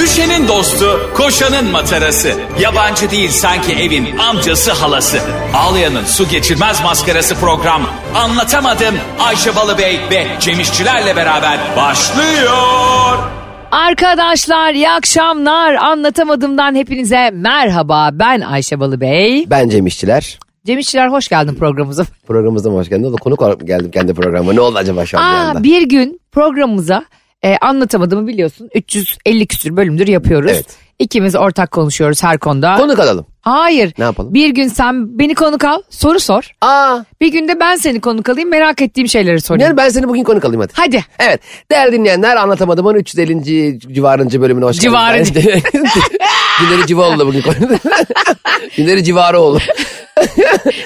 Ayşe'nin dostu, koşanın matarası. Yabancı değil sanki evin amcası halası. Ağlayan'ın su geçirmez maskarası program. Anlatamadım Ayşe Balıbey ve Cemişçilerle beraber başlıyor. Arkadaşlar iyi akşamlar. Anlatamadığımdan hepinize merhaba. Ben Ayşe Balıbey. Ben Cem İşçiler. Cem İşçiler hoş geldin programımıza. Programımızda hoş geldin. Da konuk olarak geldim kendi programıma. Ne oldu acaba şu an bir Aa, anda? bir gün programımıza e, anlatamadığımı biliyorsun. 350 küsür bölümdür yapıyoruz. Evet. İkimiz ortak konuşuyoruz her konuda. Konuk alalım. Hayır. Ne yapalım? Bir gün sen beni konuk al, soru sor. Aa, Bir günde ben seni konuk alayım, merak ettiğim şeyleri sorayım. Nihal ben seni bugün konuk alayım hadi. Hadi. Evet. Değerli dinleyenler anlatamadığımın 350. civarıncı bölümüne hoş Civarıncı. geldiniz. Civarıncı. Günleri Civaoğlu bugün konuk. Günleri Civaroğlu.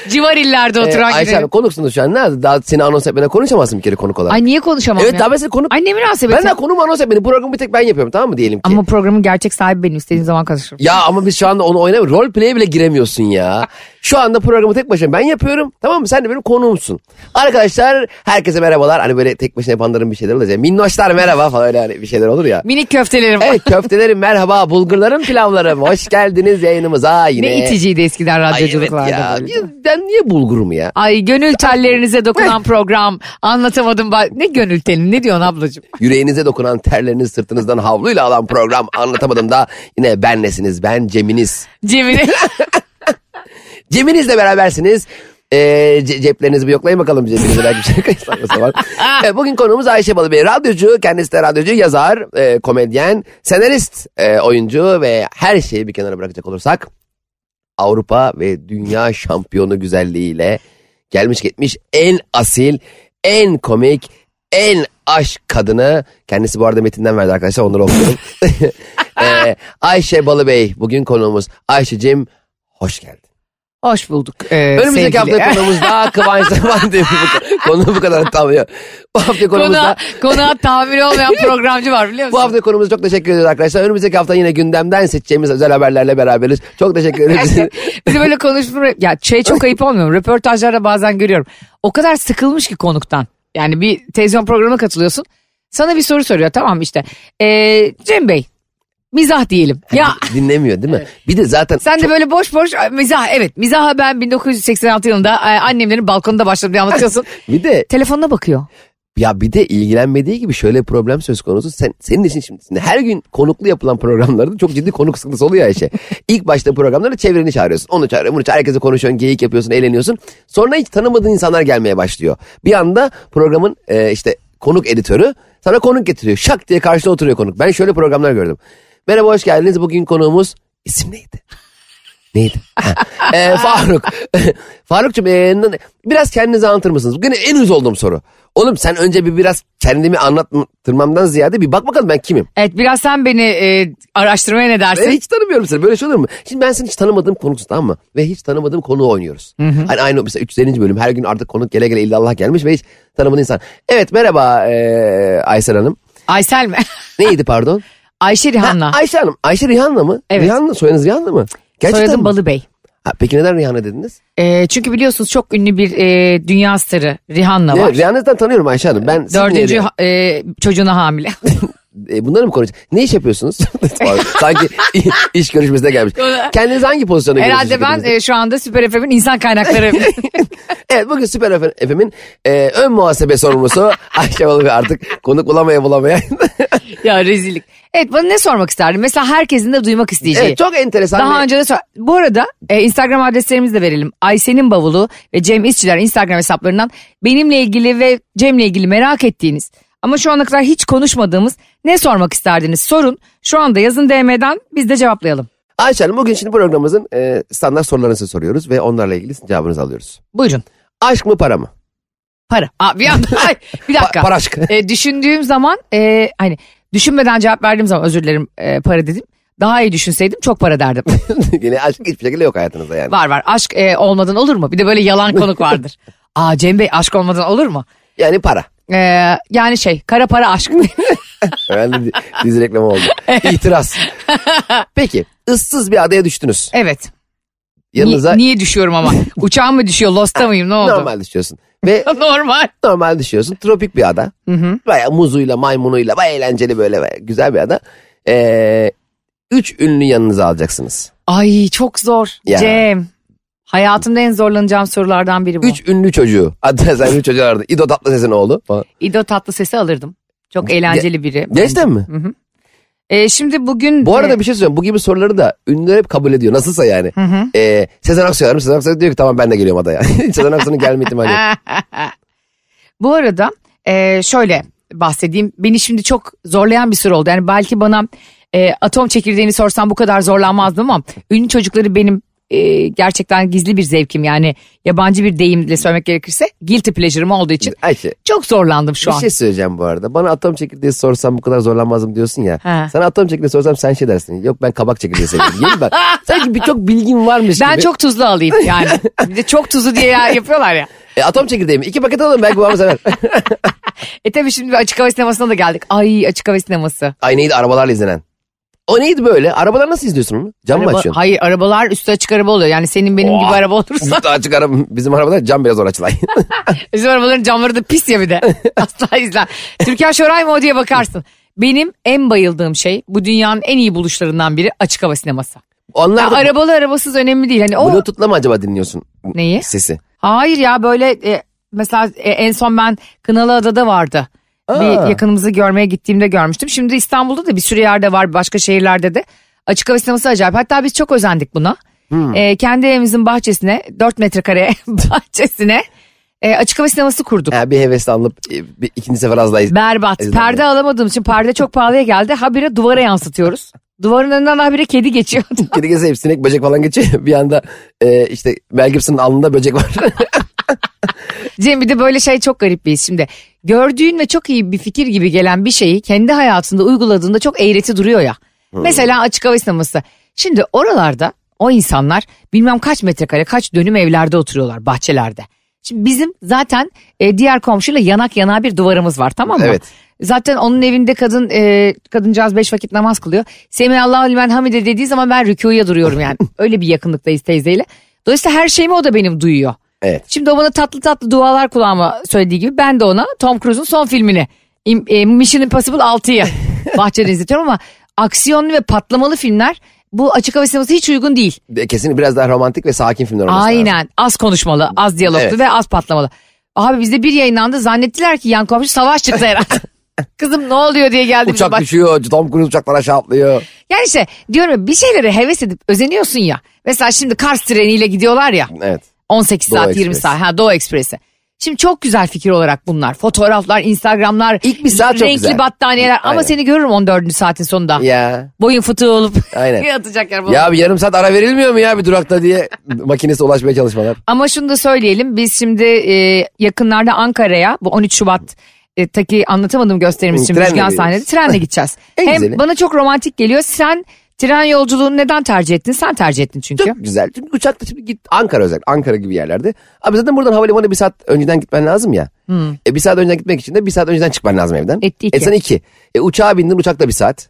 Civar illerde Ee, oturan Ayşe gibi. Hanım konuksunuz şu an. Nerede? Daha seni anons etmeden konuşamazsın bir kere konuk olarak. Ay niye konuşamam evet ya? daha ben seni konuk... Ay ne münasebet ben ya. daha konuğumu anons etmedim. Programı bir tek ben yapıyorum tamam mı diyelim ki. Ama programın gerçek sahibi benim. istediğim zaman konuşurum. Ya ama biz şu anda onu oynamıyoruz. Rol play'e bile giremiyorsun ya. Şu anda programı tek başına ben yapıyorum. Tamam mı? Sen de benim konuğumsun. Arkadaşlar herkese merhabalar. Hani böyle tek başına yapanların bir şeyler olacak. Minnoşlar merhaba falan öyle hani bir şeyler olur ya. Minik köftelerim. Evet köftelerim merhaba. Bulgurlarım pilavlarım. Hoş geldiniz yayınımıza yine. Ne iticiydi eskiden Ay evet radyoculuklarda ya. böyle. Bir- Ben niye bulgurum ya? Ay gönül tellerinize dokunan program. Anlatamadım. ba- Ne gönül teli ne diyorsun ablacığım? Yüreğinize dokunan terleriniz sırtınızdan havluyla alan program anlatamadım da yine benlesiniz. Ben Cem'iniz. Cemile. Cebinizle berabersiniz. Ee, ce- ceplerinizi bir yoklayın bakalım cebinize belki bir şey kaçırsak o zaman. Evet, bugün konuğumuz Ayşe Balıbey. Radyocu, kendisi de radyocu, yazar, e, komedyen, senarist, e, oyuncu ve her şeyi bir kenara bırakacak olursak Avrupa ve dünya şampiyonu güzelliğiyle gelmiş gitmiş en asil, en komik, en aşk kadını. Kendisi bu arada metinden verdi arkadaşlar onları okuyorum. Ee, Ayşe Balıbey bugün konuğumuz. Ayşe'cim hoş geldin. Hoş bulduk e, Önümüzdeki sevgili. hafta konumuz daha Kıvanç Zaman diye bu konu bu kadar tanıyor. Bu hafta konumuz Konuğa, da- konuğa tahammülü olmayan programcı var biliyor musun? bu hafta konumuz çok teşekkür ediyoruz arkadaşlar. Önümüzdeki hafta yine gündemden seçeceğimiz özel haberlerle beraberiz. Çok teşekkür ederiz. Bizi böyle konuşma... Ya şey çok ayıp olmuyor mu? Röportajlarda bazen görüyorum. O kadar sıkılmış ki konuktan. Yani bir televizyon programına katılıyorsun. Sana bir soru soruyor tamam işte. Ee, Cem Bey mizah diyelim. Ya Dinlemiyor değil mi? Bir de zaten sen de böyle boş boş "Ay, mizah evet mizaha ben 1986 yılında e, annemlerin balkonunda başladım diye anlatıyorsun. bir de Telefonuna bakıyor. ya bir de ilgilenmediği gibi şöyle problem söz konusu. Sen senin için şimdi, şimdi her gün konuklu yapılan programlarda çok ciddi konuk sıkıntısı oluyor Ayşe. İlk başta programlarda çevreni çağırıyorsun. Onu çağırıyorsun, bunu çağırıyorsun. Herkese konuşuyorsun, geyik yapıyorsun, eğleniyorsun. Sonra hiç tanımadığın insanlar gelmeye başlıyor. Bir anda programın e, işte konuk editörü sana konuk getiriyor. Şak diye karşına oturuyor konuk. Ben şöyle programlar gördüm. Merhaba hoş geldiniz. Bugün konuğumuz isim neydi? Neydi? Ha, e, Faruk. Farukcuğum e, n- biraz kendinizi anlatır mısınız? Bugün en üz olduğum soru. Oğlum sen önce bir biraz kendimi anlattırmamdan ziyade bir bak bakalım ben kimim? Evet biraz sen beni e, araştırmaya ne dersin? Ben hiç tanımıyorum seni. Böyle şey olur mu? Şimdi ben seni hiç tanımadığım konuksun tamam mı? Ve hiç tanımadığım konuğu oynuyoruz. Hani aynı mesela 350. bölüm her gün artık konuk gele gele illallah gelmiş ve hiç tanımadığın insan. Evet merhaba e, Aysel Hanım. Aysel mi? Neydi pardon? Ayşe Rihanna. Ayşe Hanım. Ayşe Rihanna mı? Evet. Rihanna soyadınız Rihanna mı? Gerçekten Soyadım mi? Balı Bey. Ha, peki neden Rihanna dediniz? E, çünkü biliyorsunuz çok ünlü bir e, dünya starı Rihanna var. Evet, Rihanna'dan tanıyorum Ayşe Hanım. Ben Dördüncü Sydney'de- ha- e, çocuğuna hamile. E, bunları mı konuşacağız? Ne iş yapıyorsunuz? Sanki iş görüşmesine gelmiş. Kendiniz hangi pozisyona Herhalde ben görüyorsunuz? e, şu anda Süper FM'in insan kaynakları. Evet bugün Süper FM FM'in e, ön muhasebe sorumlusu Ayşe Balı ve artık konuk bulamaya bulamaya. ya rezillik. Evet bana ne sormak isterdin? Mesela herkesin de duymak isteyeceği. evet çok enteresan. Şey, Daha bir- önce de sor- Bu arada e, Instagram adreslerimizi de verelim. Ayşe'nin bavulu ve Cem İşçiler Instagram hesaplarından benimle ilgili ve Cem'le ilgili merak ettiğiniz ama şu ana kadar hiç konuşmadığımız ne sormak isterdiniz sorun. Şu anda yazın DM'den biz de cevaplayalım. Ayşe Hanım bugün şimdi programımızın e, standart sorularını size soruyoruz ve onlarla ilgili sizin cevabınızı alıyoruz. Buyurun. Aşk mı para mı? Para. Aa, bir, anda- Ay, bir dakika. Pa- para aşkı. E, düşündüğüm zaman e, hani düşünmeden cevap verdiğim zaman özür dilerim e, para dedim. Daha iyi düşünseydim çok para derdim. Yine aşk hiçbir şekilde yok hayatınızda yani. var var aşk e, olmadan olur mu? Bir de böyle yalan konuk vardır. Aa Cem Bey aşk olmadan olur mu? Yani para. E, yani şey kara para aşk. Herhalde di- dizi reklamı oldu. İtiraz. Peki ıssız bir adaya düştünüz. evet. Yanınıza Ni- niye düşüyorum ama? Uçağım mı düşüyor? Lost'ta mıyım? Ne oldu? normal düşüyorsun. Ve Normal. normal düşüyorsun. Tropik bir ada. Baya muzuyla maymunuyla baya eğlenceli böyle baya güzel bir ada. Ee, Üç ünlü yanınıza alacaksınız. Ay çok zor. Ya. Cem. Hayatımda en zorlanacağım sorulardan biri bu. Üç ünlü çocuğu. Hatta sen ünlü çocuğu aradın. İdo Tatlıses'in oğlu falan. İdo tatlı sesi alırdım. Çok eğlenceli biri. Gerçekten mi? Ee, şimdi bugün... Bu arada e, bir şey söyleyeceğim. Bu gibi soruları da ünlüler hep kabul ediyor. Nasılsa yani. Ee, Sezen Aksu'yu aramış. Sezen Aksu diyor ki tamam ben de geliyorum adaya. Sezen Aksu'nun gelme ihtimali yok. bu arada e, şöyle bahsedeyim. Beni şimdi çok zorlayan bir soru oldu. Yani belki bana e, atom çekirdeğini sorsam bu kadar zorlanmazdım ama ünlü çocukları benim e, gerçekten gizli bir zevkim yani yabancı bir deyimle söylemek gerekirse guilty pleasure'ım olduğu için Ayşe çok zorlandım şu bir an. şey söyleyeceğim bu arada. Bana atom çekirdeği sorsam bu kadar zorlanmazdım diyorsun ya. Ha. Sana atom çekirdeği sorsam sen şey dersin. Yok ben kabak çekirdeği seviyorum. Yeni bak. Sanki bir çok bilgin varmış Ben gibi. çok tuzlu alayım yani. Bir de çok tuzu diye ya- yapıyorlar ya. E, atom çekirdeği mi? İki paket alalım belki babamı sever. E tabii şimdi bir açık hava sinemasına da geldik. Ay açık hava sineması. Ay neydi arabalarla izlenen. O neydi böyle? Arabalar nasıl izliyorsun onu? Cam mı Araba- açıyorsun? hayır arabalar üstü açık araba oluyor. Yani senin benim gibi araba olursa Üstü açık araba. Bizim arabalar cam biraz zor açılan. bizim arabaların camları da pis ya bir de. Asla izler. Türkan Şoray mı o diye bakarsın. Benim en bayıldığım şey bu dünyanın en iyi buluşlarından biri açık hava sineması. Onlar Ya da arabalı arabasız önemli değil. Hani o Bluetooth'la mı acaba dinliyorsun neyi? sesi? Hayır ya böyle e, mesela e, en son ben Kınalıada'da vardı. Bir yakınımızı görmeye gittiğimde görmüştüm. Şimdi İstanbul'da da bir sürü yerde var başka şehirlerde de. Açık hava sineması acayip. Hatta biz çok özendik buna. E, kendi evimizin bahçesine 4 metrekare bahçesine e, açık hava sineması kurduk. Ha, bir hevesle alınıp e, bir, ikinci sefer az daha iz- Berbat. Ezberledim. Perde alamadığım için perde çok pahalıya geldi. Habire duvara yansıtıyoruz. Duvarın önünden habire kedi geçiyor. Geri gelse hep sinek böcek falan geçiyor. Bir anda e, işte Mel Gibson'ın alnında böcek var. Cem bir de böyle şey çok garip bir his şimdi. Gördüğün ve çok iyi bir fikir gibi gelen bir şeyi kendi hayatında uyguladığında çok eğreti duruyor ya. Mesela açık hava sineması. Şimdi oralarda o insanlar bilmem kaç metrekare kaç dönüm evlerde oturuyorlar bahçelerde. Şimdi bizim zaten e, diğer komşuyla yanak yana bir duvarımız var tamam mı? Evet. Zaten onun evinde kadın e, kadıncağız beş vakit namaz kılıyor. Semihallahu limen hamide dediği zaman ben rükuya duruyorum yani. Öyle bir yakınlıktayız teyzeyle. Dolayısıyla her şeyimi o da benim duyuyor. evet. Şimdi o bana tatlı tatlı dualar kulağıma söylediği gibi ben de ona Tom Cruise'un son filmini im- e, Mission Impossible 6'yı bahçede izletiyorum ama aksiyonlu ve patlamalı filmler bu açık hava sineması hiç uygun değil. De- Kesin biraz daha romantik ve sakin filmler olması lazım. Aynen az konuşmalı az diyaloglu Evet. ve az patlamalı. Abi bizde bir yayınlandı zannettiler ki yan komşu savaş çıktı herhalde. Kızım ne oluyor diye geldi bize Uçak bak. düşüyor. Tom Cruise uçaklar aşağı atlıyor. Yani işte diyorum ya, bir şeylere heves edip özeniyorsun ya. Mesela şimdi Kars treniyle gidiyorlar ya. Evet. 18 Doğu saat 20 Ekspresi. saat. Ha Doğu Ekspresi. Şimdi çok güzel fikir olarak bunlar. Fotoğraflar, Instagramlar. İlk bir saat çok Renkli güzel. battaniyeler. Aynen. Ama seni görürüm 14. saatin sonunda. Ya. Boyun fıtığı olup Aynen. yatacak yer bulamam. Ya bir yarım saat ara verilmiyor mu ya bir durakta diye makinesi ulaşmaya çalışmalar. Ama şunu da söyleyelim. Biz şimdi e, yakınlarda Ankara'ya bu 13 Şubat e, taki anlatamadığım gösterimiz için Trenle Müjgan sahnede gidiyoruz. trenle gideceğiz. En Hem güzeli. bana çok romantik geliyor. Sen tren yolculuğunu neden tercih ettin? Sen tercih ettin çünkü. Çok güzel. Çünkü uçakta şimdi git Ankara özel. Ankara gibi yerlerde. Abi zaten buradan havalimanı bir saat önceden gitmen lazım ya. E, bir saat önceden gitmek için de bir saat önceden çıkman lazım evden. Etti Hmm. iki. Hmm. E sen iki. E, uçağa bindin uçakta bir saat.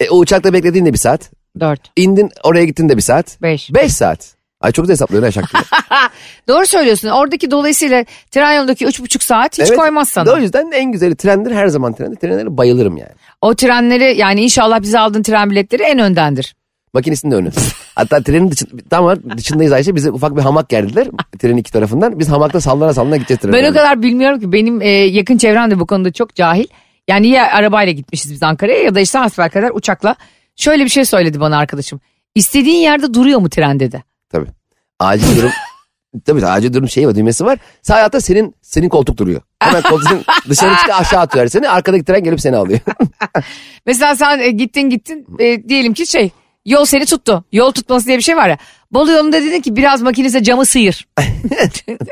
E, o uçakta beklediğin de bir saat. 4. İndin oraya gittin de bir saat. Beş. Beş saat. Ay çok da hesaplıyorsun ha şarkıyı. Doğru söylüyorsun. Oradaki dolayısıyla tren yolundaki 3,5 saat hiç Evet. koymaz sana. O yüzden en güzeli trendir her zaman trendir. Trenlere bayılırım yani. O trenleri yani inşallah bize aldığın tren biletleri en öndendir. Makinesinin de önü. Hatta trenin dışın, tam var, dışındayız Ayşe. Bize ufak bir hamak geldiler. Trenin iki tarafından. Biz hamakta sallana sallana gideceğiz trenin. Ben o önüne. kadar bilmiyorum ki benim e, yakın çevrem de bu konuda çok cahil. Yani ya arabayla gitmişiz biz Ankara'ya ya da işte kadar uçakla. Şöyle bir şey söyledi bana arkadaşım. İstediğin yerde duruyor mu tren dedi. Tabii. Acil durum. tabii acil durum şeyi var düğmesi var. Sağ hayatta senin senin koltuk duruyor. Hemen koltuğun dışarı çıktı aşağı atıyor seni. Arkadaki tren gelip seni alıyor. Mesela sen e, gittin gittin e, diyelim ki şey yol seni tuttu. Yol tutması diye bir şey var ya. Bolu yolunda dedin ki biraz makinese camı sıyır.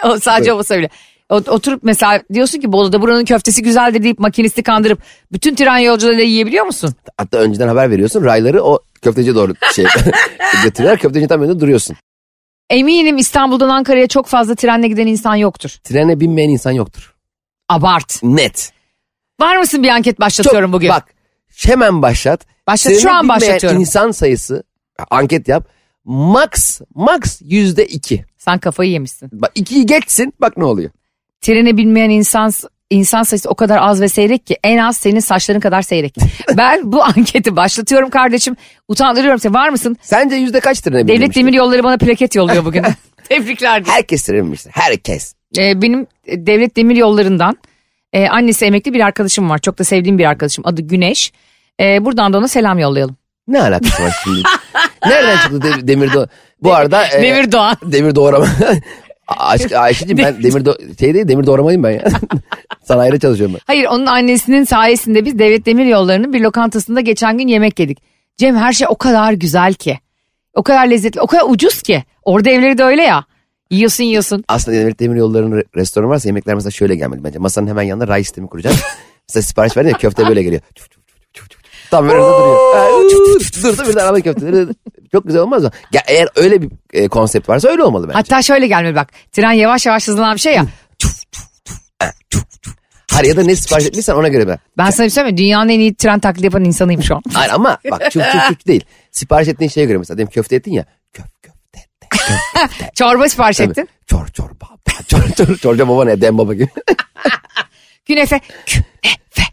o sadece olsa bile. Ot- Oturup mesela diyorsun ki Bolu'da buranın köftesi güzeldir deyip makinisti kandırıp bütün tren yolcularıyla yiyebiliyor musun? Hatta önceden haber veriyorsun. Rayları o köfteciye doğru şey götürüyorlar. Köfteci tam önünde duruyorsun. Eminim İstanbul'dan Ankara'ya çok fazla trenle giden insan yoktur. Trene binmeyen insan yoktur. Abart. Net. Var mısın bir anket Çok- başlatıyorum bugün? Bak hemen başlat. Başlat, şu an bilmeyen başlatıyorum. insan sayısı anket yap. Max max yüzde iki. Sen kafayı yemişsin. Bak ikiyi geçsin bak ne oluyor. Trene binmeyen insan s- insan sayısı o kadar az ve seyrek ki en az senin saçların kadar seyrek. ben bu anketi başlatıyorum kardeşim. Utandırıyorum seni. Var mısın? Sence yüzde kaçtır ne Devlet bilinmiştir? Demir Yolları bana plaket yolluyor bugün. Tebrikler. Herkes bilinmiştir. Herkes. Ee, benim e, devlet demir yollarından e, annesi emekli bir arkadaşım var. Çok da sevdiğim bir arkadaşım. Adı Güneş. E, buradan da ona selam yollayalım. Ne alakası var şimdi? Nereden çıktı de- demir do? Bu arada e, Demir Doğan. demir doğrama. Aşk Ayşe'cim ben demir do- şey değil demir doğramayım ben ya. Sanayide çalışıyorum ben. Hayır onun annesinin sayesinde biz devlet demir yollarının bir lokantasında geçen gün yemek yedik. Cem her şey o kadar güzel ki. O kadar lezzetli, o kadar ucuz ki. Orada evleri de öyle ya. Yiyorsun yiyorsun. Aslında devlet demir yollarının re- restoranı varsa yemekler mesela şöyle gelmedi bence. Masanın hemen yanında rice sistemi kuracağız. mesela sipariş verdin ya köfte böyle geliyor. Çuf, çuf, çuf, çuf, çuf. Tam böyle orada duruyor. Ee, Ha, çuf, çuf, çuf, Durdu birden arada köfte. Çok güzel olmaz mı? Ya, eğer öyle bir e, konsept varsa öyle olmalı bence. Hatta şöyle gelmedi bak. Tren yavaş yavaş hızlanan bir şey ya. Hayır ya da ne sipariş etmişsen ona göre ben. Ben sana bir şey söyleyeyim mi? Dünyanın en iyi tren taklidi yapan insanıyım şu an. Hayır ama bak çuf çuf çuf değil. Sipariş ettiğin şeye göre mesela diyelim köfte ettin ya. Köf köfte. Çorba sipariş ettin. Çor çor baba. Çor çor çorca baba ne? Dem baba gibi. Künefe.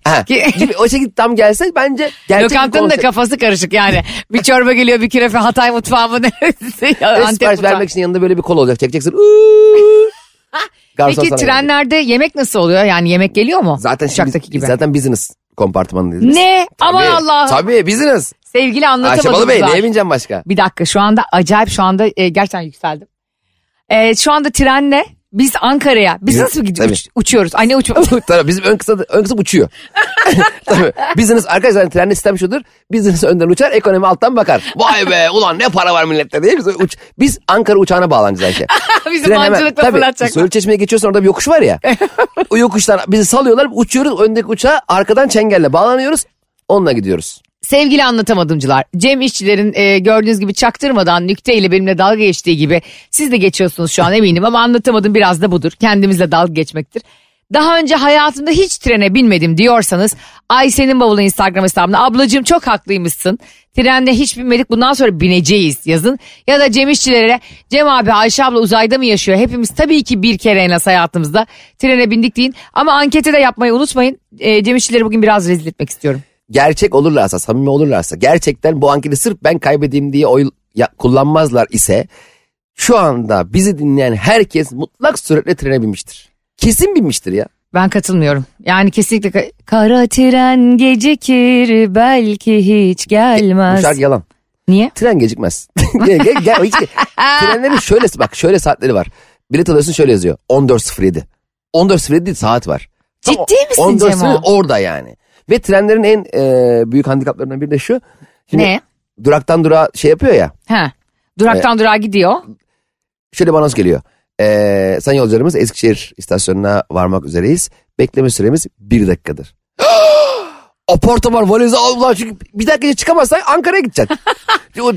Ha, gibi o şekilde tam gelse bence gerçek bir Lokantanın da konsept. kafası karışık yani. Bir çorba geliyor bir künefe Hatay mutfağı mı neresi? ya, Ve Antep sipariş mutfağı. Ah, vermek için yanında böyle bir kol olacak. Çekeceksin. "Uuu." Peki Garson sana gelecek. trenlerde yemek nasıl oluyor? Yani yemek geliyor mu? Zaten şimdi- Uçaktaki gibi. Zaten business kompartmanındayız. biz. Ne? Aman Tabii, Allah'ım. Tabii business. Sevgili Ayşe anlatamadım. Balı Bey neye bineceğim başka? Bir dakika şu anda acayip şu anda e, gerçekten yükseldim. E, şu anda trenle biz Ankara'ya biz Bizim- nasıl Tabii. gidiyoruz? Uç- uçuyoruz. Ay ne uçuyoruz? Tabii bizim ön kısa, ön kısım uçuyor. Tabii. Business arkadaşlar yani trende sistem şudur. Business önden uçar, ekonomi alttan bakar. Vay be ulan ne para var millette diye biz, uç, biz Ankara uçağına bağlanacağız Ayşe. Bizim mancınıkla fırlatacaklar. Söğüt Çeşme'ye geçiyorsun orada bir yokuş var ya. o yokuştan bizi salıyorlar uçuyoruz öndeki uçağa arkadan çengelle bağlanıyoruz. Onunla gidiyoruz. Sevgili anlatamadımcılar, Cem işçilerin e, gördüğünüz gibi çaktırmadan nükteyle benimle dalga geçtiği gibi siz de geçiyorsunuz şu an eminim ama anlatamadım biraz da budur. Kendimizle dalga geçmektir. Daha önce hayatımda hiç trene binmedim diyorsanız Ayşe'nin bavulu Instagram hesabına ablacığım çok haklıymışsın. Trende hiç binmedik bundan sonra bineceğiz yazın. Ya da Cem işçilere Cem abi Ayşe abla uzayda mı yaşıyor? Hepimiz tabii ki bir kere en az hayatımızda trene bindik deyin. Ama anketi de yapmayı unutmayın. E, Cem işçileri bugün biraz rezil etmek istiyorum. Gerçek olurlarsa, samimi olurlarsa, gerçekten bu anketi sırf ben kaybedeyim diye oy ya- kullanmazlar ise şu anda bizi dinleyen herkes mutlak suretle trene binmiştir. Kesin binmiştir ya. Ben katılmıyorum. Yani kesinlikle ka- kara tren gecikir belki hiç Bu gelmez. şarkı yalan. Niye? Tren gecikmez. gel, gel, gel, hiç, trenlerin şöyle bak şöyle saatleri var. Bilet alıyorsun şöyle yazıyor. 14.07. 14.07 değil, saat var. Tam Ciddi misin 14.07 Cemo? orada yani. Ve trenlerin en e, büyük handikaplarından biri de şu. Şimdi E- Ne? Duraktan durağa şey yapıyor ya. Ha. Duraktan durağa gidiyor. Şöyle bir anons geliyor. E, sayın yolcularımız Eskişehir istasyonuna varmak üzereyiz. Bekleme süremiz bir dakikadır. Apartman valizi Allah çünkü bir dakika çıkamazsan Ankara'ya gideceksin.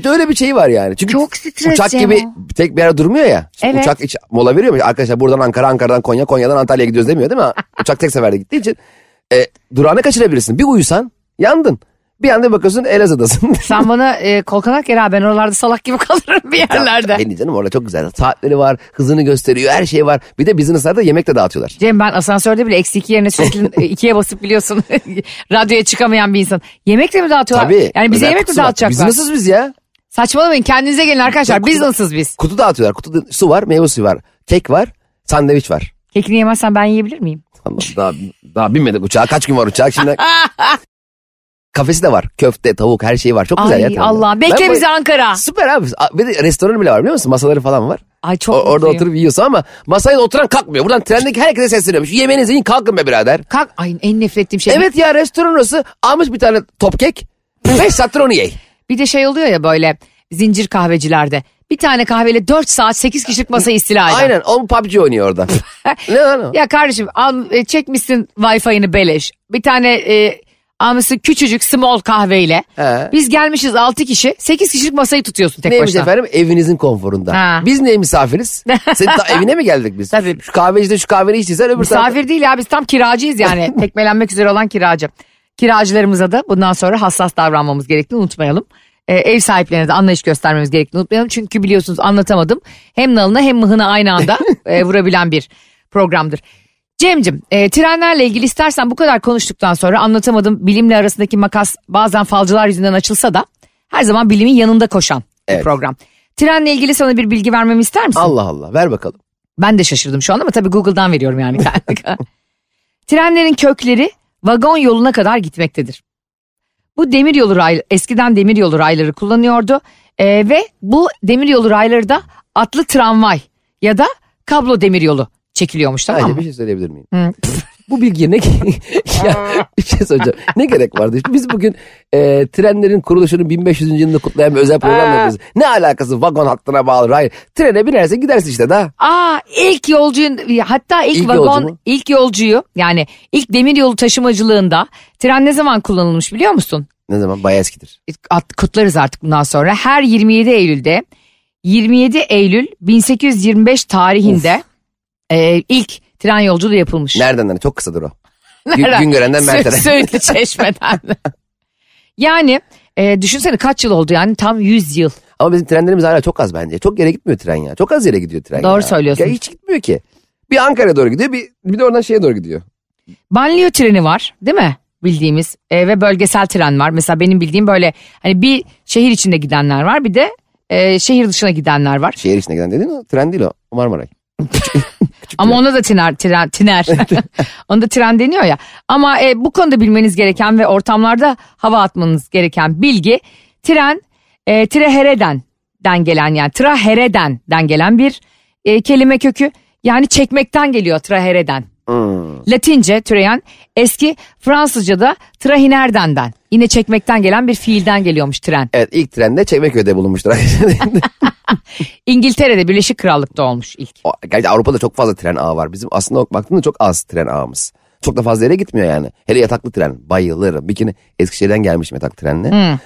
Öyle bir şey var yani. Çünkü Çok stres uçak Cemo. gibi tek bir yere durmuyor ya. Şimdi Evet. Uçak hiç mola veriyor mu? Arkadaşlar buradan Ankara, Ankara'dan Konya, Konya'dan Antalya'ya gidiyoruz demiyor değil mi? Uçak tek seferde gittiği için. E, durağını kaçırabilirsin. Bir uyusan yandın. Bir anda bakıyorsun Elazığ'dasın. Sen bana e, kolkanak yer abi ben oralarda salak gibi kalırım bir yerlerde. Beni canım orada çok güzel. Saatleri var, hızını gösteriyor, her şey var. Bir de business'larda yemek de dağıtıyorlar. Cem ben asansörde bile eksi iki yerine sürekli e, ikiye basıp biliyorsun radyoya çıkamayan bir insan. Yemek de mi dağıtıyorlar? Tabii. Yani bize Özel yemek mi kutusu var. dağıtacaklar? Business'ız biz ya. Saçmalamayın kendinize gelin arkadaşlar Kutu- biz nasılsız biz. Kutu dağıtıyorlar. Kutu su var, meyve suyu var. Kek var, sandviç var. Kekini yemezsen ben yiyebilir miyim? Allah, daha, daha binmedik uçağa. Kaç gün var uçağa şimdi? Kafesi de var. Köfte, tavuk her şey var. Çok güzel ya. Ay tabii. Allah Ben bekle bu- bizi Ankara. Süper abi. Bir de restoranı bile var biliyor musun? Masaları falan var. Ay çok O- orada mutluyum. oturup yiyorsun ama masaya da oturan kalkmıyor. Buradan trendeki herkese sesleniyormuş. Yemeğinizi yiyin kalkın be birader. Kalk ay en nefret ettiğim şey. Evet ya restoran orası almış bir tane top kek. 5 saattir onu ye. Bir de şey oluyor ya böyle zincir kahvecilerde. Bir tane kahveyle 4 saat 8 kişilik masa istila eder. Aynen. O PUBG oynuyor orada. ne lan o? Ya kardeşim al, e, çekmişsin Wi-Fi'ni beleş. Bir tane e, almışsın küçücük small kahveyle. He. Biz gelmişiz 6 kişi 8 kişilik masayı tutuyorsun tek Neymiş başına. efendim? Evinizin konforunda. Ha. Biz neye misafiriz? Senin ta- evine mi geldik biz? Tabii. Şu kahvecide şu kahveni içtiysen öbür tarafta- Misafir değil ya biz tam kiracıyız yani. Tekmelenmek üzere olan kiracı. Kiracılarımıza da bundan sonra hassas davranmamız gerektiğini unutmayalım. Ee, ev sahiplerine de anlayış göstermemiz gerektiğini unutmayalım. Çünkü biliyorsunuz anlatamadım. Hem nalına hem mıhına aynı anda e, vurabilen bir programdır. Cem'cim e, trenlerle ilgili istersen bu kadar konuştuktan sonra anlatamadım bilimle arasındaki makas bazen falcılar yüzünden açılsa da her zaman bilimin yanında koşan bir Evet. program. Trenle ilgili sana bir bilgi vermemi ister misin? Allah Allah ver bakalım. Ben de şaşırdım şu an ama tabii Google'dan veriyorum yani kaynak. Trenlerin kökleri vagon yoluna kadar gitmektedir. Bu demiryolu ray, eskiden demiryolu rayları kullanıyordu Ee, ve bu demiryolu rayları da atlı tramvay ya da kablo demiryolu çekiliyormuş tamam Ayrıca mı? bir şey söyleyebilir miyim? Hı. Bu bilgiye ne ya, bir şey soracağım. Ne gerek vardı? Biz bugün e, trenlerin kuruluşunun 1500. yılını kutlayan bir özel program yapıyoruz. Ne alakası vagon hattına bağlı? Hayır. Trene binerse gidersin işte daha. Aa ilk yolcuyu hatta ilk, İlk vagon yolcu mu? ilk yolcuyu yani ilk demiryolu taşımacılığında tren ne zaman kullanılmış biliyor musun? Ne zaman? Bayağı eskidir. at, kutlarız artık bundan sonra. Her 27 Eylül'de 27 Eylül 1825 tarihinde e, ilk tren yolculuğu yapılmış. Nereden? lan? Çok kısadır o. Nereden? gün görenden Sü- Mert'e. Söğütlü Çeşme'den. yani e, düşünsene kaç yıl oldu yani tam 100 yıl. Ama bizim trenlerimiz hala çok az bence. Çok yere gitmiyor tren ya. Çok az yere gidiyor tren Doğru ya. söylüyorsun. Ya hiç gitmiyor ki. Bir Ankara'ya doğru gidiyor bir, bir de oradan şeye doğru gidiyor. Banliyö treni var değil mi? bildiğimiz e, ve bölgesel tren var. Mesela benim bildiğim böyle hani bir şehir içinde gidenler var bir de e, şehir dışına gidenler var. Şehir içine giden dedin o tren değil o. O Marmaray. Ama ona da tiner, tiner, tiner. ona da tren deniyor ya. Ama e, bu konuda bilmeniz gereken ve ortamlarda hava atmanız gereken bilgi tren, e, Trehere'den den gelen yani Trahere'den den gelen bir e, kelime kökü. Yani çekmekten geliyor Trahere'den. Hmm. Latince türeyen eski Fransızca'da trahinerdenden yine çekmekten gelen bir fiilden geliyormuş tren. Evet ilk trende Çekmeköy'de bulunmuştur. İngiltere'de Birleşik Krallık'ta olmuş ilk. O- Gerçi Avrupa'da çok fazla tren ağı var. Bizim aslında bak- baktığında çok az tren ağımız. Çok da fazla yere gitmiyor yani. Hele yataklı tren. Bayılırım. Bir kere Eskişehir'den gelmişim yatak trenle.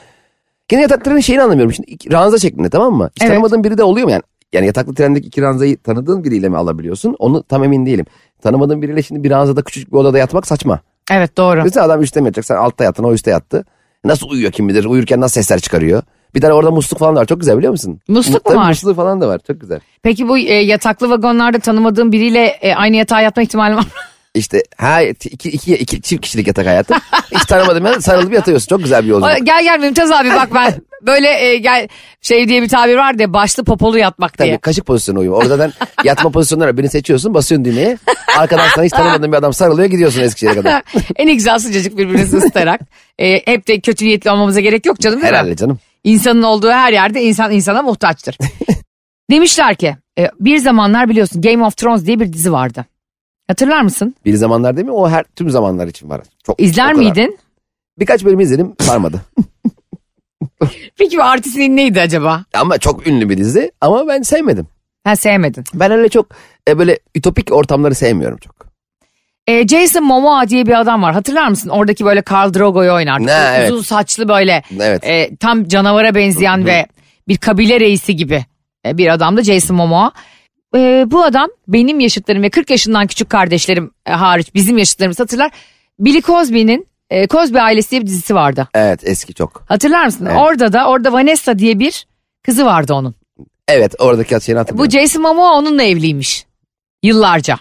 Gene yatak trenin şeyini anlamıyorum. Şimdi iki- ranza şeklinde tamam mı? Hiç Evet. Tanımadığın biri de oluyor mu yani? Yani yataklı trendeki iki ranzayı tanıdığın biriyle mi alabiliyorsun? Onu tam emin değilim. Tanımadığın biriyle şimdi bir ranzada küçücük bir odada yatmak saçma. Evet doğru. Mesela adam üstte mi yatacak? Sen altta yattın o üstte yattı. Nasıl uyuyor kim bilir? Uyurken nasıl sesler çıkarıyor? Bir tane orada musluk falan da var. Çok güzel biliyor musun? Musluk mu Tabii var? Musluğu falan da var. Çok güzel. Peki bu e, yataklı vagonlarda tanımadığın biriyle e, aynı yatağa yatma ihtimali var mı? İşte ha iki, iki, iki çift kişilik yatak hayatı. Hiç tanımadım ben sarılıp yatıyorsun. Çok güzel bir O- yolculuk. gel gel Mümtaz abi bak ben böyle e, gel şey diye bir tabir var diye başlı popolu yatmak Tabii diye. kaşık pozisyonu uyumu. Oradan yatma pozisyonları var. birini seçiyorsun basıyorsun düğmeye. Arkadan sana hiç tanımadığın bir adam sarılıyor gidiyorsun Eskişehir'e kadar. en güzel sıcacık birbirinizi ısıtarak. E, hep de kötü niyetli olmamıza gerek yok canım değil mi? Herhalde canım. İnsanın olduğu her yerde insan insana muhtaçtır. Demişler ki e, bir zamanlar biliyorsun Game of Thrones diye bir dizi vardı. Hatırlar mısın? Bir zamanlar değil mi? O her tüm zamanlar için var. Çok, İzler o kadar. miydin? Birkaç bölüm izledim sarmadı. Peki bu artistin neydi acaba? ama çok ünlü bir dizi ama ben sevmedim. Ha sevmedin. Ben öyle çok e, böyle ütopik ortamları sevmiyorum çok. E, Jason Momoa diye bir adam var. Hatırlar mısın? Oradaki böyle Khal Drogo'yu oynar. Ne, evet. Uzun saçlı böyle Evet. e, tam canavara benzeyen ve bir kabile reisi gibi e, bir adam da Jason Momoa. E, bu adam benim yaşıtlarım ve 40 yaşından küçük kardeşlerim e, hariç bizim yaşıtlarımız hatırlar. Billy Cosby'nin e, Cosby ailesi diye bir dizisi vardı. Evet eski çok. Hatırlar mısın? Evet. Orada da orada Vanessa diye bir kızı vardı onun. Evet oradaki şeyini Bu hatırlıyorum. Jason Momoa onunla evliymiş yıllarca.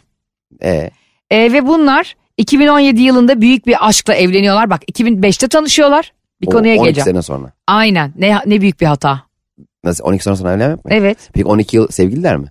Ee, E, ve bunlar 2017 yılında büyük bir aşkla evleniyorlar. Bak 2005'te tanışıyorlar. Bir o konuya 12 geleceğim. sene sonra. Aynen. Ne ne büyük bir hata. Nasıl 12 sene sonra evlenmek mi? Evet. Peki 12 yıl sevgililer mi?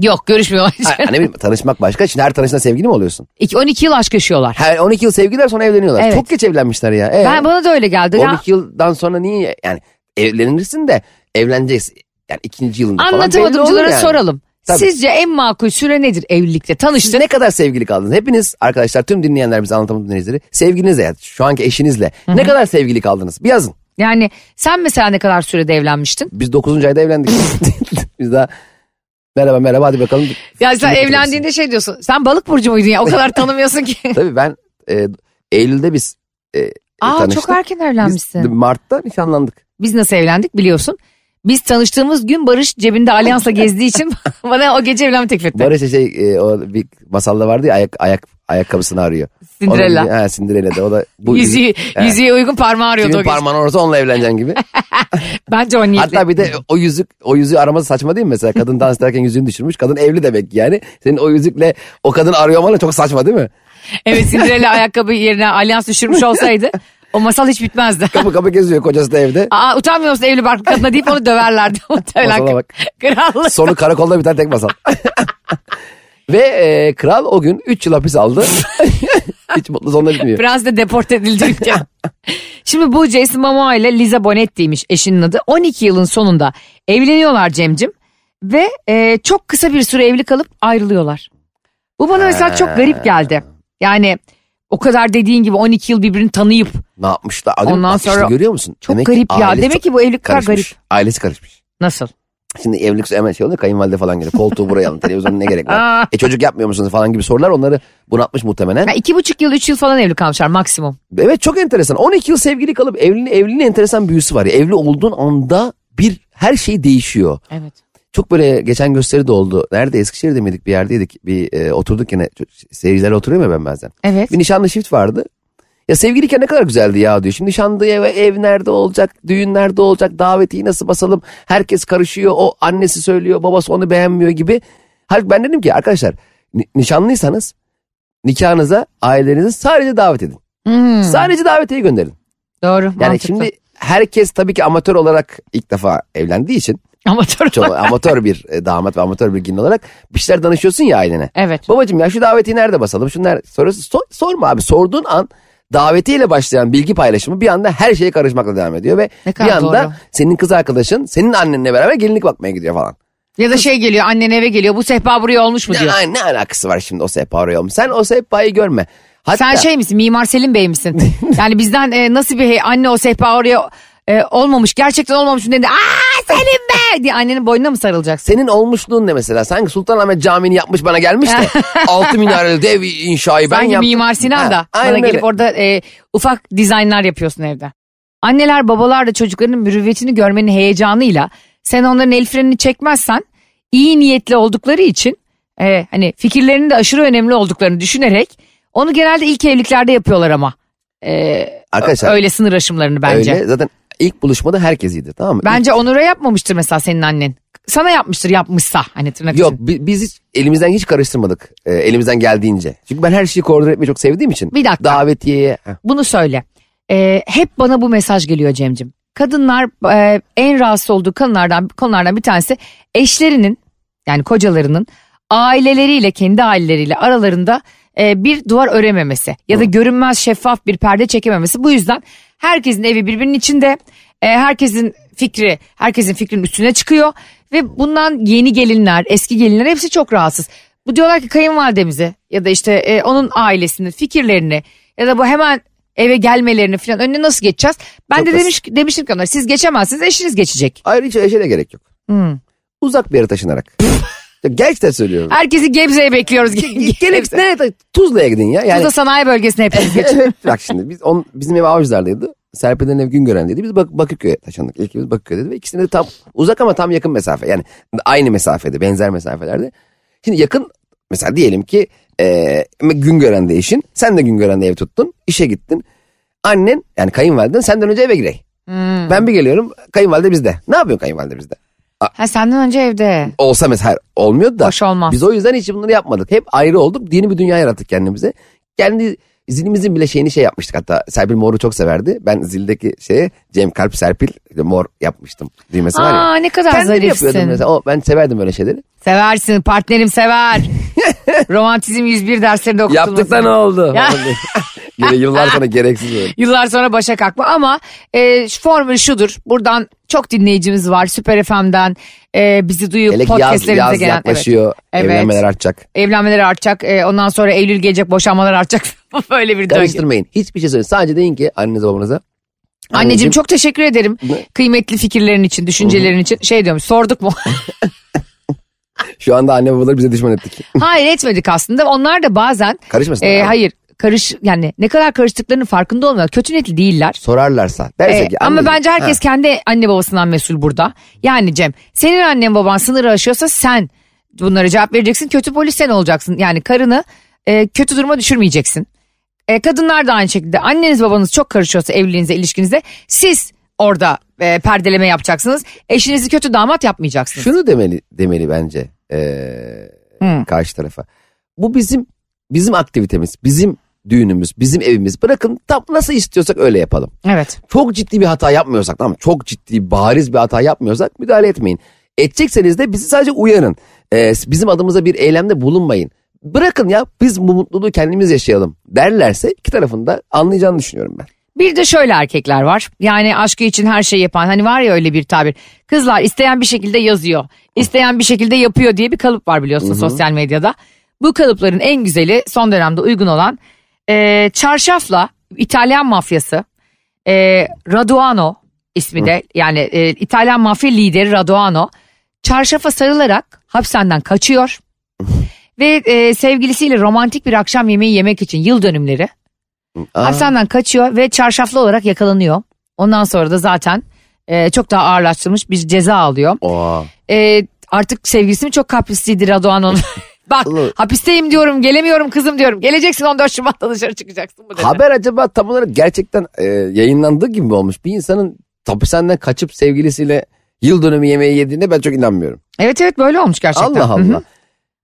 Yok görüşmüyorlar. Ha, ne bileyim tanışmak başka. Şimdi her tanıştığında sevgili mi oluyorsun? İki- 12 yıl aşk yaşıyorlar. Her 12 yıl sevgililer sonra evleniyorlar. Evet. Çok geç evlenmişler ya. Ee, Ben bana da öyle geldi. Ya, 12 yıldan sonra niye yani evlenirsin de evleneceksin. Yani ikinci yılında falan belli olur anlatamadımcılara yani. soralım. Tabii. Sizce en makul süre nedir evlilikte? Siz Tanıştın. ne kadar sevgili kaldınız? Hepiniz arkadaşlar tüm dinleyenler bizi anlatamadım dinleyicileri. Sevgilinizle yani şu anki eşinizle ne kadar sevgili kaldınız? Bir yazın. Yani sen mesela ne kadar sürede evlenmiştin? Biz 9. ayda evlendik. Biz daha merhaba merhaba hadi bakalım. Ya Şimdi sen hatırlarsın. evlendiğinde şey diyorsun. Sen balık burcu muydun ya? O kadar tanımıyorsun ki. Tabii ben e, Eylül'de biz e, Aa tanıştık. çok erken Biz evlenmişsin. Biz, Mart'ta nişanlandık. nasıl evlendik biliyorsun. Biz tanıştığımız gün Barış cebinde alyansla gezdiği için bana o gece evlenme teklif etti. şey, Barış'a şey e, o bir masalda vardı ya ayak ayak Ayakkabısını arıyor. Cinderella. Onun- Ha, Cinderella de o da. Bu Yüzüğü, Ha, yüzüğe uygun parmağı arıyordu o Kimin gece. parmağın orası onunla evleneceksin gibi. Bence o niyetle. Hatta bir de o yüzük o yüzüğü araması saçma değil mi? Mesela kadın dans ederken yüzüğünü düşürmüş. Kadın evli demek ki yani. Senin o yüzükle o kadın arıyor olman da çok saçma değil mi? Evet Cinderella ayakkabı yerine alyans düşürmüş olsaydı o masal hiç bitmezdi. Kapı kapı geziyor kocası da evde. Aa utanmıyor musun evli barklı kadına deyip onu döverlerdi. Muhtemelen Masala bak. krallık. Sonu karakolda biter tek masal. Ve e, kral o gün 3 yıl hapis aldı. Hiç mutlu sonuna bitmiyor. Prens de deport edildi ülkeden. Şimdi bu Jason Momoa ile Liza Bonetti'ymiş eşinin adı. 12 yılın sonunda evleniyorlar Cem'cim. Ve e, çok kısa bir süre evli kalıp ayrılıyorlar. Bu bana mesela çok garip geldi. Yani o kadar dediğin gibi 12 yıl birbirini tanıyıp Ne yapmış da? Ondan Ondan sonra sonra görüyor musun? çok Demek ki garip ya. ailesi Demek ki bu evlilikler karışmış. garip. Ailesi karışmış. Nasıl? Şimdi evlilik hemen şey oluyor kayınvalide falan geliyor. Koltuğu buraya alın televizyonun ne gerek Aa. var. e çocuk yapmıyor musunuz falan gibi sorular onları bunaltmış muhtemelen. Ya iki buçuk yıl, üç yıl falan evli kalmışlar maksimum. Evet çok enteresan. 12 yıl sevgili kalıp evliliğin, evliliğin enteresan büyüsü var. ya. Evli olduğun anda bir her şey değişiyor. Evet. Çok böyle geçen gösteri de oldu. Nerede Eskişehir'de miydik bir yerdeydik. Bir e, oturduk yine Ço- seyircilerle oturuyorum ya ben bazen. Evet. Bir nişanlı çift vardı. Ya sevgiliyken ne kadar güzeldi ya diyor. Şimdi nişanlı ev, ev nerede olacak, düğün nerede olacak, davetiyi nasıl basalım. Herkes karışıyor, o annesi söylüyor, babası onu beğenmiyor gibi. Halbuki ben dedim ki arkadaşlar ni- nişanlıysanız nikahınıza ailenizi sadece davet edin. Hmm, Sadece davetiye gönderin. doğru. Yani mantıklı. şimdi herkes tabii ki amatör olarak ilk defa evlendiği için Amatör. çok amatör bir e, damat ve amatör bir gelin olarak bir şeyler danışıyorsun ya ailene. Evet. Babacım ya şu davetiyi nerede basalım? Şunu nerede? Soruyorsun. So- sorma abi. Sorduğun an davetiyle başlayan bilgi paylaşımı bir anda her şeye karışmakla devam ediyor ve Ne kadar bir anda doğru. senin kız arkadaşın senin annenle beraber gelinlik bakmaya gidiyor falan. Ya da şey geliyor annen eve geliyor bu sehpa buraya olmuş mu Ne, diyor. ne alakası var şimdi o sehpa oraya olmuş? Sen o sehpayı görme. Hatta, Sen şey misin Mimar Selim Bey misin? yani bizden e, nasıl bir hey- anne o sehpa oraya e, olmamış gerçekten olmamış mı dedi. Aa Selim Bey diye annenin boynuna mı sarılacaksın? Senin olmuşluğun ne mesela? Sanki Sultanahmet Camii'ni yapmış bana gelmiş de. altı minareli dev inşayı ben Ben yaptım. Mimar Sinan Ha, da bana aynen öyle. gelip orada e, ufak dizaynlar yapıyorsun evde. Anneler babalar da çocuklarının mürüvvetini görmenin heyecanıyla sen onların el frenini çekmezsen iyi niyetli oldukları için e, hani fikirlerinin de aşırı önemli olduklarını düşünerek onu genelde ilk evliliklerde yapıyorlar ama. E, Arkadaşlar öyle sınır aşımlarını bence. Öyle. Zaten ilk buluşmada herkes iyidir tamam mı? Bence Onur'a yapmamıştır mesela senin annen. Sana yapmıştır yapmışsa hani tırnak Yok için. bi- biz hiç elimizden hiç karıştırmadık e, elimizden geldiğince. Çünkü ben her şeyi koordine etmeyi çok sevdiğim için. Bir dakika. Davetiyeye. Heh. Bunu söyle. Ee, hep bana bu mesaj geliyor Cem'cim. Kadınlar e, en rahatsız olduğu konulardan, konulardan bir tanesi eşlerinin yani kocalarının aileleriyle kendi aileleriyle aralarında e, bir duvar örememesi ya da görünmez şeffaf bir perde çekememesi. Bu yüzden herkesin evi birbirinin içinde e, herkesin fikri herkesin fikrinin üstüne çıkıyor ve bundan yeni gelinler eski gelinler hepsi çok rahatsız. Bu diyorlar ki kayınvalidemize ya da işte e, onun ailesinin fikirlerini ya da bu hemen eve gelmelerini falan önüne nasıl geçeceğiz? Ben Çok de basit. demiş, demiştim ki onlara siz geçemezsiniz eşiniz geçecek. Ayrıca eşe de gerek yok. Hmm. Uzak bir yere taşınarak. Ya Gerçekten söylüyorum. Herkesi Gebze'ye bekliyoruz. Gelip nereye Tuzla'ya gidin ya. Yani, Tuzla sanayi bölgesine hepimiz geçtik. Evet, Bak şimdi biz on, bizim ev Avcılar'daydı. Serpil'den ev Güngören'deydi. Biz Bak Bakırköy'e taşındık. İlkimiz Bakırköy'deydi ve ikisinde de tam uzak ama tam yakın mesafe. Yani aynı mesafede benzer mesafelerde. Şimdi yakın mesela diyelim ki e, Güngören'de işin. Sen de Güngören'de ev tuttun. işe gittin. Annen yani kayınvaliden senden önce eve girey. Hmm. Ben bir geliyorum kayınvalide bizde. Ne yapıyor kayınvalide bizde? Ha senden önce evde. olsa mesela olmuyordu da. Hoş olmaz. Biz o yüzden hiç bunları yapmadık. Hep ayrı olduk. Yeni bir dünya yarattık kendimize. Kendi zilimizin bile şeyini şey yapmıştık hatta. Serpil Mor'u çok severdi. Ben zildeki şeye Cem Kalp Serpil Mor yapmıştım. Düğmesi var ya. Aa ne kadar Kendim yapıyordum zarifsin. mesela. O, ben severdim böyle şeyleri. Seversin partnerim sever. Romantizm 101 derslerinde okutulması. Yaptık da ne oldu? Ya. Yine yıllar sonra gereksiz böyle. Yıllar sonra başa kalkma ama e, şu formül şudur. Buradan çok dinleyicimiz var. Süper FM'den e, bizi duyup Hele ki yaz, podcastlerimize yaz gelen. yaklaşıyor. Evet. Evlenmeler artacak. Evet. Evlenmeler artacak. e, ondan sonra Eylül gelecek boşanmalar artacak. Böyle bir döngü. Karıştırmayın. Hiçbir şey söyleyin. Sadece deyin ki annenize babanıza. Anneciğim çok teşekkür ederim. Ne? Kıymetli fikirlerin için, düşüncelerin için. Şey diyorum sorduk mu? Şu anda anne babaları bize düşman ettik. Hayır etmedik aslında. Onlar da bazen Karışmasınlar e, abi. hayır karış yani ne kadar karıştıklarının farkında olmuyorlar. Kötü niyetli değiller. Sorarlarsa. Derse E, ki, ama anneciğim, bence herkes ha. kendi anne babasından mesul burada. Yani Cem senin annen baban sınırı aşıyorsa sen bunlara cevap vereceksin. Kötü polis sen olacaksın. Yani karını e, kötü duruma düşürmeyeceksin. E, kadınlar da aynı şekilde anneniz babanız çok karışıyorsa evliliğinize ilişkinize siz orada e, perdeleme yapacaksınız. Eşinizi kötü damat yapmayacaksınız. Şunu demeli demeli bence ee, Hı. karşı tarafa. Bu bizim bizim aktivitemiz, bizim düğünümüz, bizim evimiz. Bırakın tam nasıl istiyorsak öyle yapalım. Evet. Çok ciddi bir hata yapmıyorsak tamam mı? çok ciddi bariz bir hata yapmıyorsak müdahale etmeyin. Edecekseniz de bizi sadece uyarın. Ee, bizim adımıza bir eylemde bulunmayın. Bırakın ya biz bu mutluluğu kendimiz yaşayalım derlerse iki tarafında anlayacağını düşünüyorum ben. Bir de şöyle erkekler var. Yani aşkı için her şeyi yapan. Hani var ya öyle bir tabir. Kızlar isteyen bir şekilde yazıyor. isteyen bir şekilde yapıyor diye bir kalıp var biliyorsun sosyal medyada. Bu kalıpların en güzeli son dönemde uygun olan e, çarşafla İtalyan mafyası e, Raduano ismi de yani e, İtalyan mafya lideri Raduano çarşafa sarılarak hapishaneden kaçıyor. Ve e, sevgilisiyle romantik bir akşam yemeği yemek için yıl dönümleri Aa, Hapishaneden kaçıyor ve çarşaflı olarak yakalanıyor. Ondan sonra da zaten e, çok daha ağırlaştırılmış bir ceza alıyor. oha. E, artık sevgilisi mi çok kaprisliydi Radoğan onun. Bak Allah. hapisteyim diyorum gelemiyorum kızım diyorum. Geleceksin 14 Şubat'ta dışarı çıkacaksın bu dedi. Haber acaba tam olarak gerçekten e, yayınlandığı gibi mi olmuş? Bir insanın hapishaneden kaçıp sevgilisiyle yıl dönümü yemeği yediğine ben çok inanmıyorum. Evet evet böyle olmuş gerçekten. Allah Hı hı. Allah.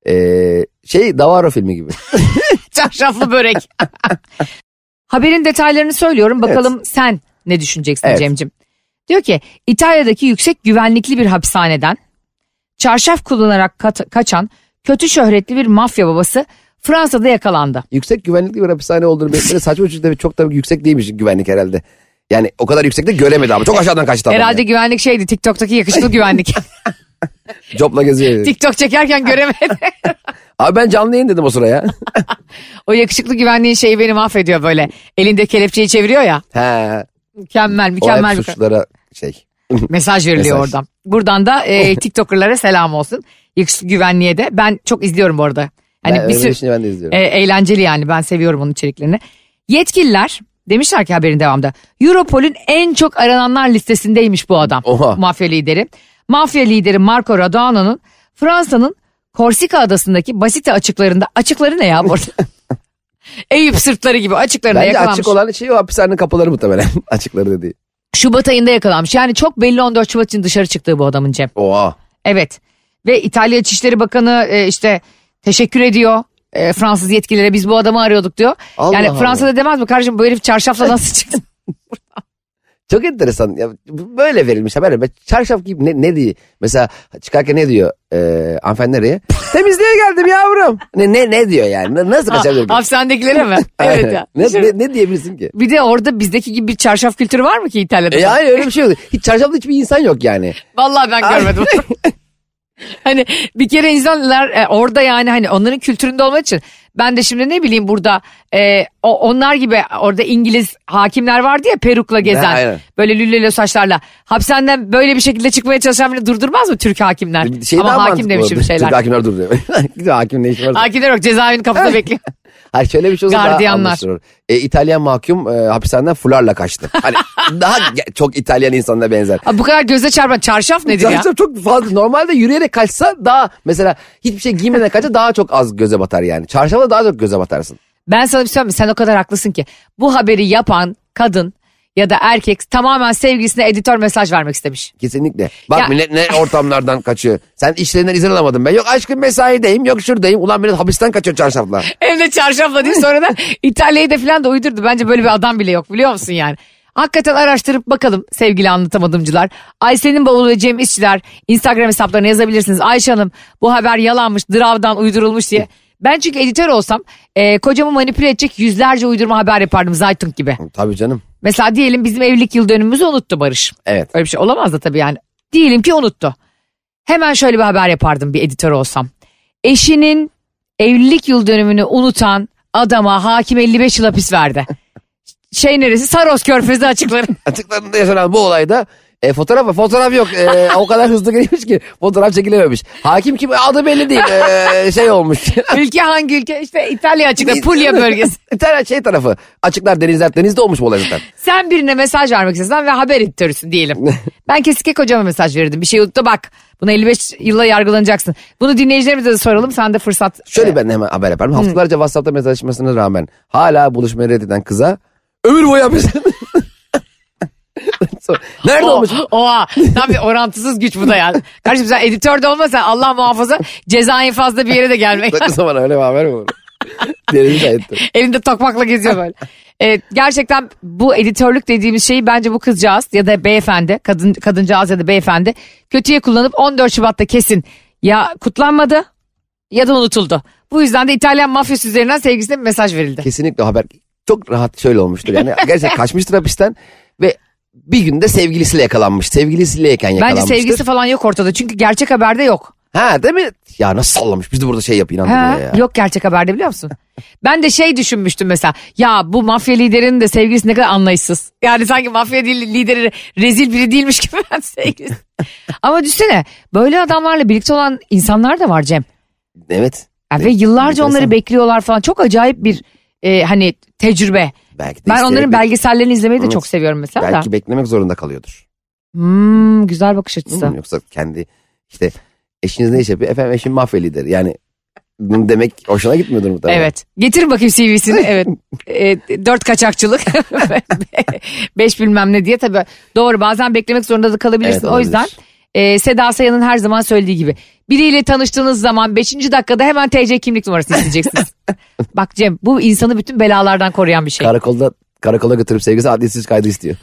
Ee, şey Davaro filmi gibi. Çarşaflı börek. Haberin detaylarını söylüyorum. Bakalım sen ne düşüneceksin Evet. Cem'cim. Diyor ki İtalya'daki yüksek güvenlikli bir hapishaneden çarşaf kullanarak kat- kaçan kötü şöhretli bir mafya babası Fransa'da yakalandı. yüksek güvenlikli bir hapishane olduğunu belirtmeli. Saçma çünkü tabii çok tabii yüksek değilmiş güvenlik herhalde. Yani o kadar yüksekte göremedi ama çok aşağıdan kaçtı adam. Herhalde yani. güvenlik şeydi TikTok'taki yakışıklı güvenlik. Copla geziyor. TikTok çekerken göremedi. Abi ben canlı yayın dedim o sıraya. o yakışıklı güvenliğin şeyi beni mahvediyor böyle. Elinde kelepçeyi çeviriyor ya. He. Mükemmel O hep mükemmel. bir- suçlulara şey. Mesaj veriliyor Mesaj. Oh. oradan. Buradan da e, TikToker'lara selam olsun. Yakışıklı güvenliğe de. Ben çok izliyorum bu arada. Hani ben, bir öyle şey sürü işini ben de izliyorum. e, eğlenceli yani ben seviyorum onun içeriklerini. Yetkililer demişler ki haberin devamında. Europol'ün en çok arananlar listesindeymiş bu adam. Oha. Mafya lideri. Mafya lideri Marco Raduano'nun Fransa'nın Korsika adasındaki Basite açıklarında açıkları ne ya burada? Eyüp sırtları gibi açıklarında Bence yakalanmış. açık olan şey o hapishanenin kapıları muhtemelen. Açıkları dediği. Şubat ayında yakalanmış. Yani çok belli 14 Şubat için dışarı çıktığı bu adamın Cem. Oha. Evet. Ve İtalya İçişleri Bakanı e, işte teşekkür ediyor. E, Fransız yetkililere biz bu adamı arıyorduk diyor. Allah yani Allah. Fransa'da demez mi kardeşim bu herif çarşafla nasıl çıktı? Çok enteresan. Ya, böyle verilmiş haber. Ben Çarşaf gibi ne, ne diyor? Mesela çıkarken ne diyor ee, hanımefendi nereye? Temizliğe geldim yavrum. Ne, ne, ne diyor yani? Na- Nasıl kaçabilir ki? Hapishanedekilere mi? evet ya. ne, ne, ne diyebilirsin ki? Bir de orada bizdeki gibi bir çarşaf kültürü var mı ki İtalya'da? E hayır öyle bir şey yok. Hiç çarşaflı hiçbir insan yok yani. Vallahi ben görmedim. hani bir kere insanlar e, orada yani hani onların kültüründe olmak için ben de şimdi ne bileyim burada e, o, onlar gibi orada İngiliz hakimler vardı ya perukla gezen aynen. böyle lüllelo saçlarla hapishaneden böyle bir şekilde çıkmaya çalışan biri durdurmaz mı Türk hakimler? Şey Ama daha hakim mantıklı demişim olurdu. şeyler. Çünkü hakimler duruyor. Gidiyor hakim ne işi var? Hakimler yok cezaevinin kapısında bekliyor. Hayır şöyle bir şey olsa daha Gardiyanlar. anlaşılır. E, İtalyan mahkum e, hapishaneden fularla kaçtı. Hani daha ge- çok İtalyan insanına benzer. Ha, bu kadar göze çarpan çarşaf nedir ya? Çarşaf çok fazla. Normalde yürüyerek kaçsa daha mesela hiçbir şey giymeden kaçsa daha çok az göze batar yani. Çarşafla daha çok göze batarsın. Ben sana bir şey söyleyeyim mi? Sen o kadar haklısın ki. Bu haberi yapan kadın ya da erkek tamamen sevgilisine editör mesaj vermek istemiş. Kesinlikle. Bak Ya- millet ne ortamlardan kaçıyor. Sen işlerinden izin alamadın ben. Yok aşkım mesaideyim yok şuradayım. Ulan millet hapisten kaçıyor çarşafla. Hem de çarşafla diye sonra da İtalya'yı da falan da uydurdu. Bence böyle bir adam bile yok biliyor musun yani. Hakikaten araştırıp bakalım sevgili anlatamadımcılar. Ayşe'nin bavulu ve Cem İşçiler Instagram hesaplarına yazabilirsiniz. Ayşe Hanım bu haber yalanmış, dravdan uydurulmuş diye. Ben çünkü editör olsam e, kocamı manipüle edecek yüzlerce uydurma haber yapardım Zaytun gibi. Tabii canım. Mesela diyelim bizim evlilik yıl dönümümüzü unuttu Barış. Evet. Öyle bir şey olamaz da tabii yani. Diyelim ki unuttu. Hemen şöyle bir haber yapardım bir editör olsam. Eşinin evlilik yıl dönümünü unutan adama hakim 55 yıl hapis verdi. Şey neresi? Saros Körfezi açıkları. Açıklarında yaşanan bu olayda E, fotoğraf var. Fotoğraf yok. E, o kadar hızlı gelmiş ki fotoğraf çekilememiş. Hakim kim? Adı belli değil. E, şey olmuş. Ülke hangi ülke? İşte İtalya açıkta Puglia bölgesi. Bir tane şey tarafı. Açıklar denizler. Denizde olmuş bu olay zaten. Sen birine mesaj vermek istesen ve haber editörüsün diyelim. Ben kesinlikle kocama mesaj verirdim. Bir şey unuttu bak. Buna 55 yılla yargılanacaksın. Bunu dinleyicilerimize de soralım. Sen de fırsat. e, Şöyle ben hemen haber yaparım. Haftalarca WhatsApp'ta mesajlaşmasına rağmen hala buluşmayı reddeden kıza ömür boyu hapishane. Sonra, Nerede O- olmuş? Oha. Tabii orantısız güç bu da yani. Kardeşim sen editör de olmasan Allah muhafaza cezayı fazla bir yere de gelmek. Sakın zaman öyle bir haber mi olur? Deniz ayıttı. Elinde tokmakla geziyor böyle. Evet, gerçekten bu editörlük dediğimiz şeyi bence bu kızcağız ya da beyefendi, kadın kadıncağız ya da beyefendi kötüye kullanıp 14 Şubat'ta kesin ya kutlanmadı ya da unutuldu. Bu yüzden de İtalyan mafyası üzerinden sevgilisine bir mesaj verildi. Kesinlikle o haber çok rahat şöyle olmuştur. Yani gerçekten kaçmıştır hapisten ve bir günde sevgilisiyle yakalanmış. Sevgilisiyleyken Bence yakalanmıştır. sevgilisi falan yok ortada çünkü gerçek haberde yok. Ha değil mi? Ya nasıl sallamış? Biz de burada şey yap inan Ha, bana ya. yok gerçek haberde biliyor musun? Ben de şey düşünmüştüm mesela. Ya bu mafya liderinin de sevgilisi ne kadar anlayışsız. Yani sanki mafya li- lideri rezil biri değilmiş gibi ben sevgilisi. Ama düşünsene böyle adamlarla birlikte olan insanlar da var Cem. Evet. Ya ve yıllarca enteresan. onları bekliyorlar falan. Çok acayip bir e, hani tecrübe. Belki de Ben isteyerek onların bek- belgesellerini izlemeyi de Evet. çok seviyorum mesela da. Belki beklemek zorunda kalıyordur. Hmm, güzel bakış Değil açısı. mi? Yoksa kendi işte eşiniz ne iş yapıyor? Efendim eşim mafya lideri. Yani bunu demek hoşuna gitmiyordur muhtemelen. Evet. Getirin bakayım CV'sini. Evet. E, dört kaçakçılık. Beş bilmem ne diye tabii. Doğru bazen beklemek zorunda da kalabilirsin. Evet, o olabilir. yüzden e, Seda Sayan'ın her zaman söylediği gibi. Biriyle tanıştığınız zaman beşinci dakikada hemen TC kimlik numarasını isteyeceksiniz. Bak Cem bu insanı bütün belalardan koruyan bir şey. Karakolda karakola götürüp sevgisi adliyetsiz kaydı istiyor.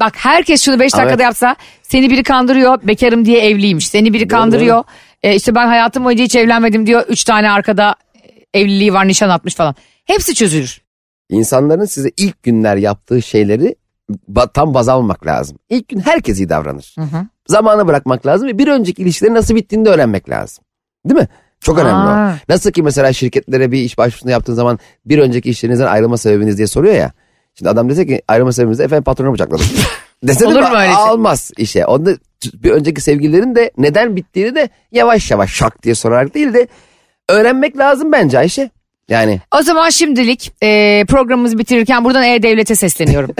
Bak herkes şunu 5 Ama- dakikada yapsa seni biri kandırıyor bekarım diye evliymiş. Seni biri kandırıyor e, işte ben hayatım boyunca hiç evlenmedim diyor. Üç tane arkada evliliği var nişan atmış falan. Hepsi çözülür. İnsanların size ilk günler yaptığı şeyleri ba- tam baz almamak lazım. İlk gün herkes iyi davranır. Zamana bırakmak lazım ve bir önceki ilişkilerin nasıl bittiğini de öğrenmek lazım. Değil mi? Çok önemli Aa. o. Nasıl ki mesela şirketlere bir iş başvurusunda yaptığın zaman bir önceki işlerinizden ayrılma sebebiniz diye soruyor ya. Şimdi adam dese ki ayrılma sebebiniz de efendim patronu bıçakladım. Dese de Olur mu ba- öyle şey? Almaz işe. Onda bir önceki sevgililerin de neden bittiğini de yavaş yavaş şak diye sorarak değil de öğrenmek lazım bence Ayşe. Yani O zaman şimdilik e, programımızı bitirirken buradan E-Devlet'e sesleniyorum.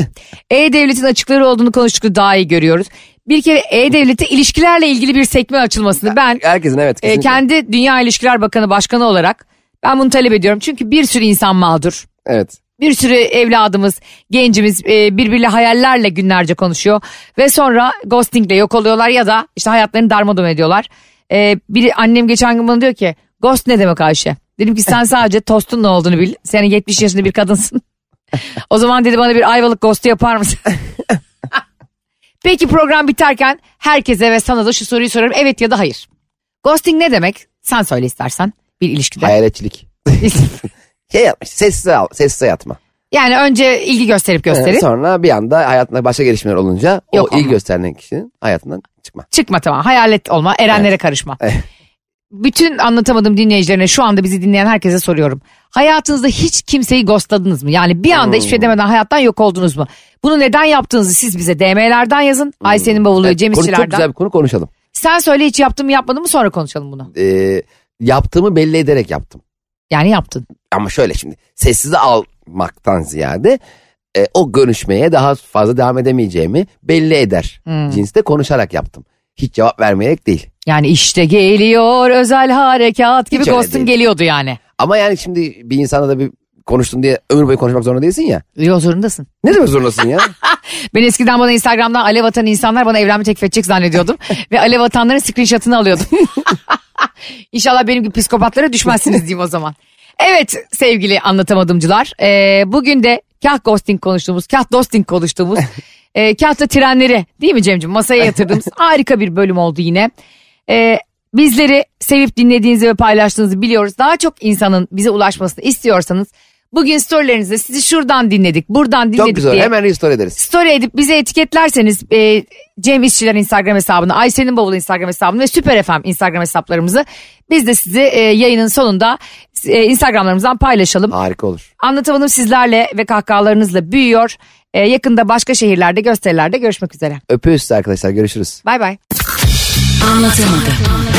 E-Devlet'in açıkları olduğunu konuştukça daha iyi görüyoruz. Bir kere E-Devlet'e ilişkilerle ilgili bir sekme açılmasını ben herkesin evet e, kesinlikle. kendi Dünya İlişkiler Bakanı Başkanı olarak ben bunu talep ediyorum. Çünkü bir sürü insan mağdur. evet. Bir sürü evladımız, gencimiz e, birbiriyle hayallerle günlerce konuşuyor. Ve sonra ghostingle yok oluyorlar ya da işte hayatlarını darmadağın ediyorlar. E, biri annem geçen gün bana diyor ki ghost ne demek Ayşe? Dedim ki sen sadece tostun ne olduğunu bil. Sen 70 yaşında bir kadınsın. o zaman dedi bana bir ayvalık ghostu yapar mısın? Peki program biterken herkese ve sana da şu soruyu soruyorum. Evet ya da hayır. Ghosting ne demek? Sen söyle istersen bir ilişkide. Hayaletçilik. Şey yapmış. Sessize, al, sessize yatma. yani önce ilgi gösterip gösterip. Ee, Sonra bir anda hayatında başka gelişmeler olunca Yok o iyi ama. gösterilen kişinin hayatından çıkma. Çıkma tamam. Hayalet olma. Erenlere karışma. Evet. Eh. Bütün anlatamadığım dinleyicilerine şu anda bizi dinleyen herkese soruyorum. Hayatınızda hiç kimseyi ghostladınız mı? Yani bir anda Hmm. hiçbir şey demeden hayattan yok oldunuz mu? Bunu neden yaptığınızı siz bize DM'lerden yazın. Aysen'in bavulu, Evet, Cem Hmm. E, konu çok İşçilerden. güzel bir konu konuşalım. Sen söyle hiç yaptın mı yapmadın mı sonra konuşalım bunu. Ee, yaptığımı belli ederek yaptım. Yani yaptın. Ama şöyle şimdi sessize almaktan ziyade e, o görüşmeye daha fazla devam edemeyeceğimi belli eder. Hmm. Cinste konuşarak yaptım. Hiç cevap vermeyerek değil. Yani işte geliyor özel harekat gibi Hiç öyle ghosting değil. geliyordu yani. Ama yani şimdi bir insana da bir konuştun diye ömür boyu konuşmak zorunda değilsin ya. Yok zorundasın. Ne demek zorundasın ya? Ben eskiden bana Instagram'dan alev atan insanlar bana evlenme teklif edecek zannediyordum. Ve alev atanların screenshot'ını alıyordum. İnşallah benim gibi psikopatlara düşmezsiniz diyeyim o zaman. Evet sevgili anlatamadımcılar. eee, bugün de kah ghosting konuştuğumuz, kah dosting konuştuğumuz, eee kah da trenleri değil mi Cem'ciğim masaya yatırdığımız harika bir bölüm oldu yine. E, Eee, bizleri sevip dinlediğinizi ve paylaştığınızı biliyoruz. Daha çok insanın bize ulaşmasını istiyorsanız Bugün storylerinizde sizi şuradan dinledik, buradan dinledik Çok güzel. diye. Hemen restore ederiz. Story edip bize etiketlerseniz e, Cem İşçiler Instagram hesabını, Ayşe'nin Bavulu Instagram hesabını ve Süper FM Instagram hesaplarımızı biz de sizi e, yayının sonunda e, Instagramlarımızdan paylaşalım. Harika olur. Anlatamadım sizlerle ve kahkahalarınızla büyüyor. E, yakında başka şehirlerde, gösterilerde görüşmek üzere. Öpüyoruz sizi arkadaşlar. Görüşürüz. Bay bay. Anlatamadım.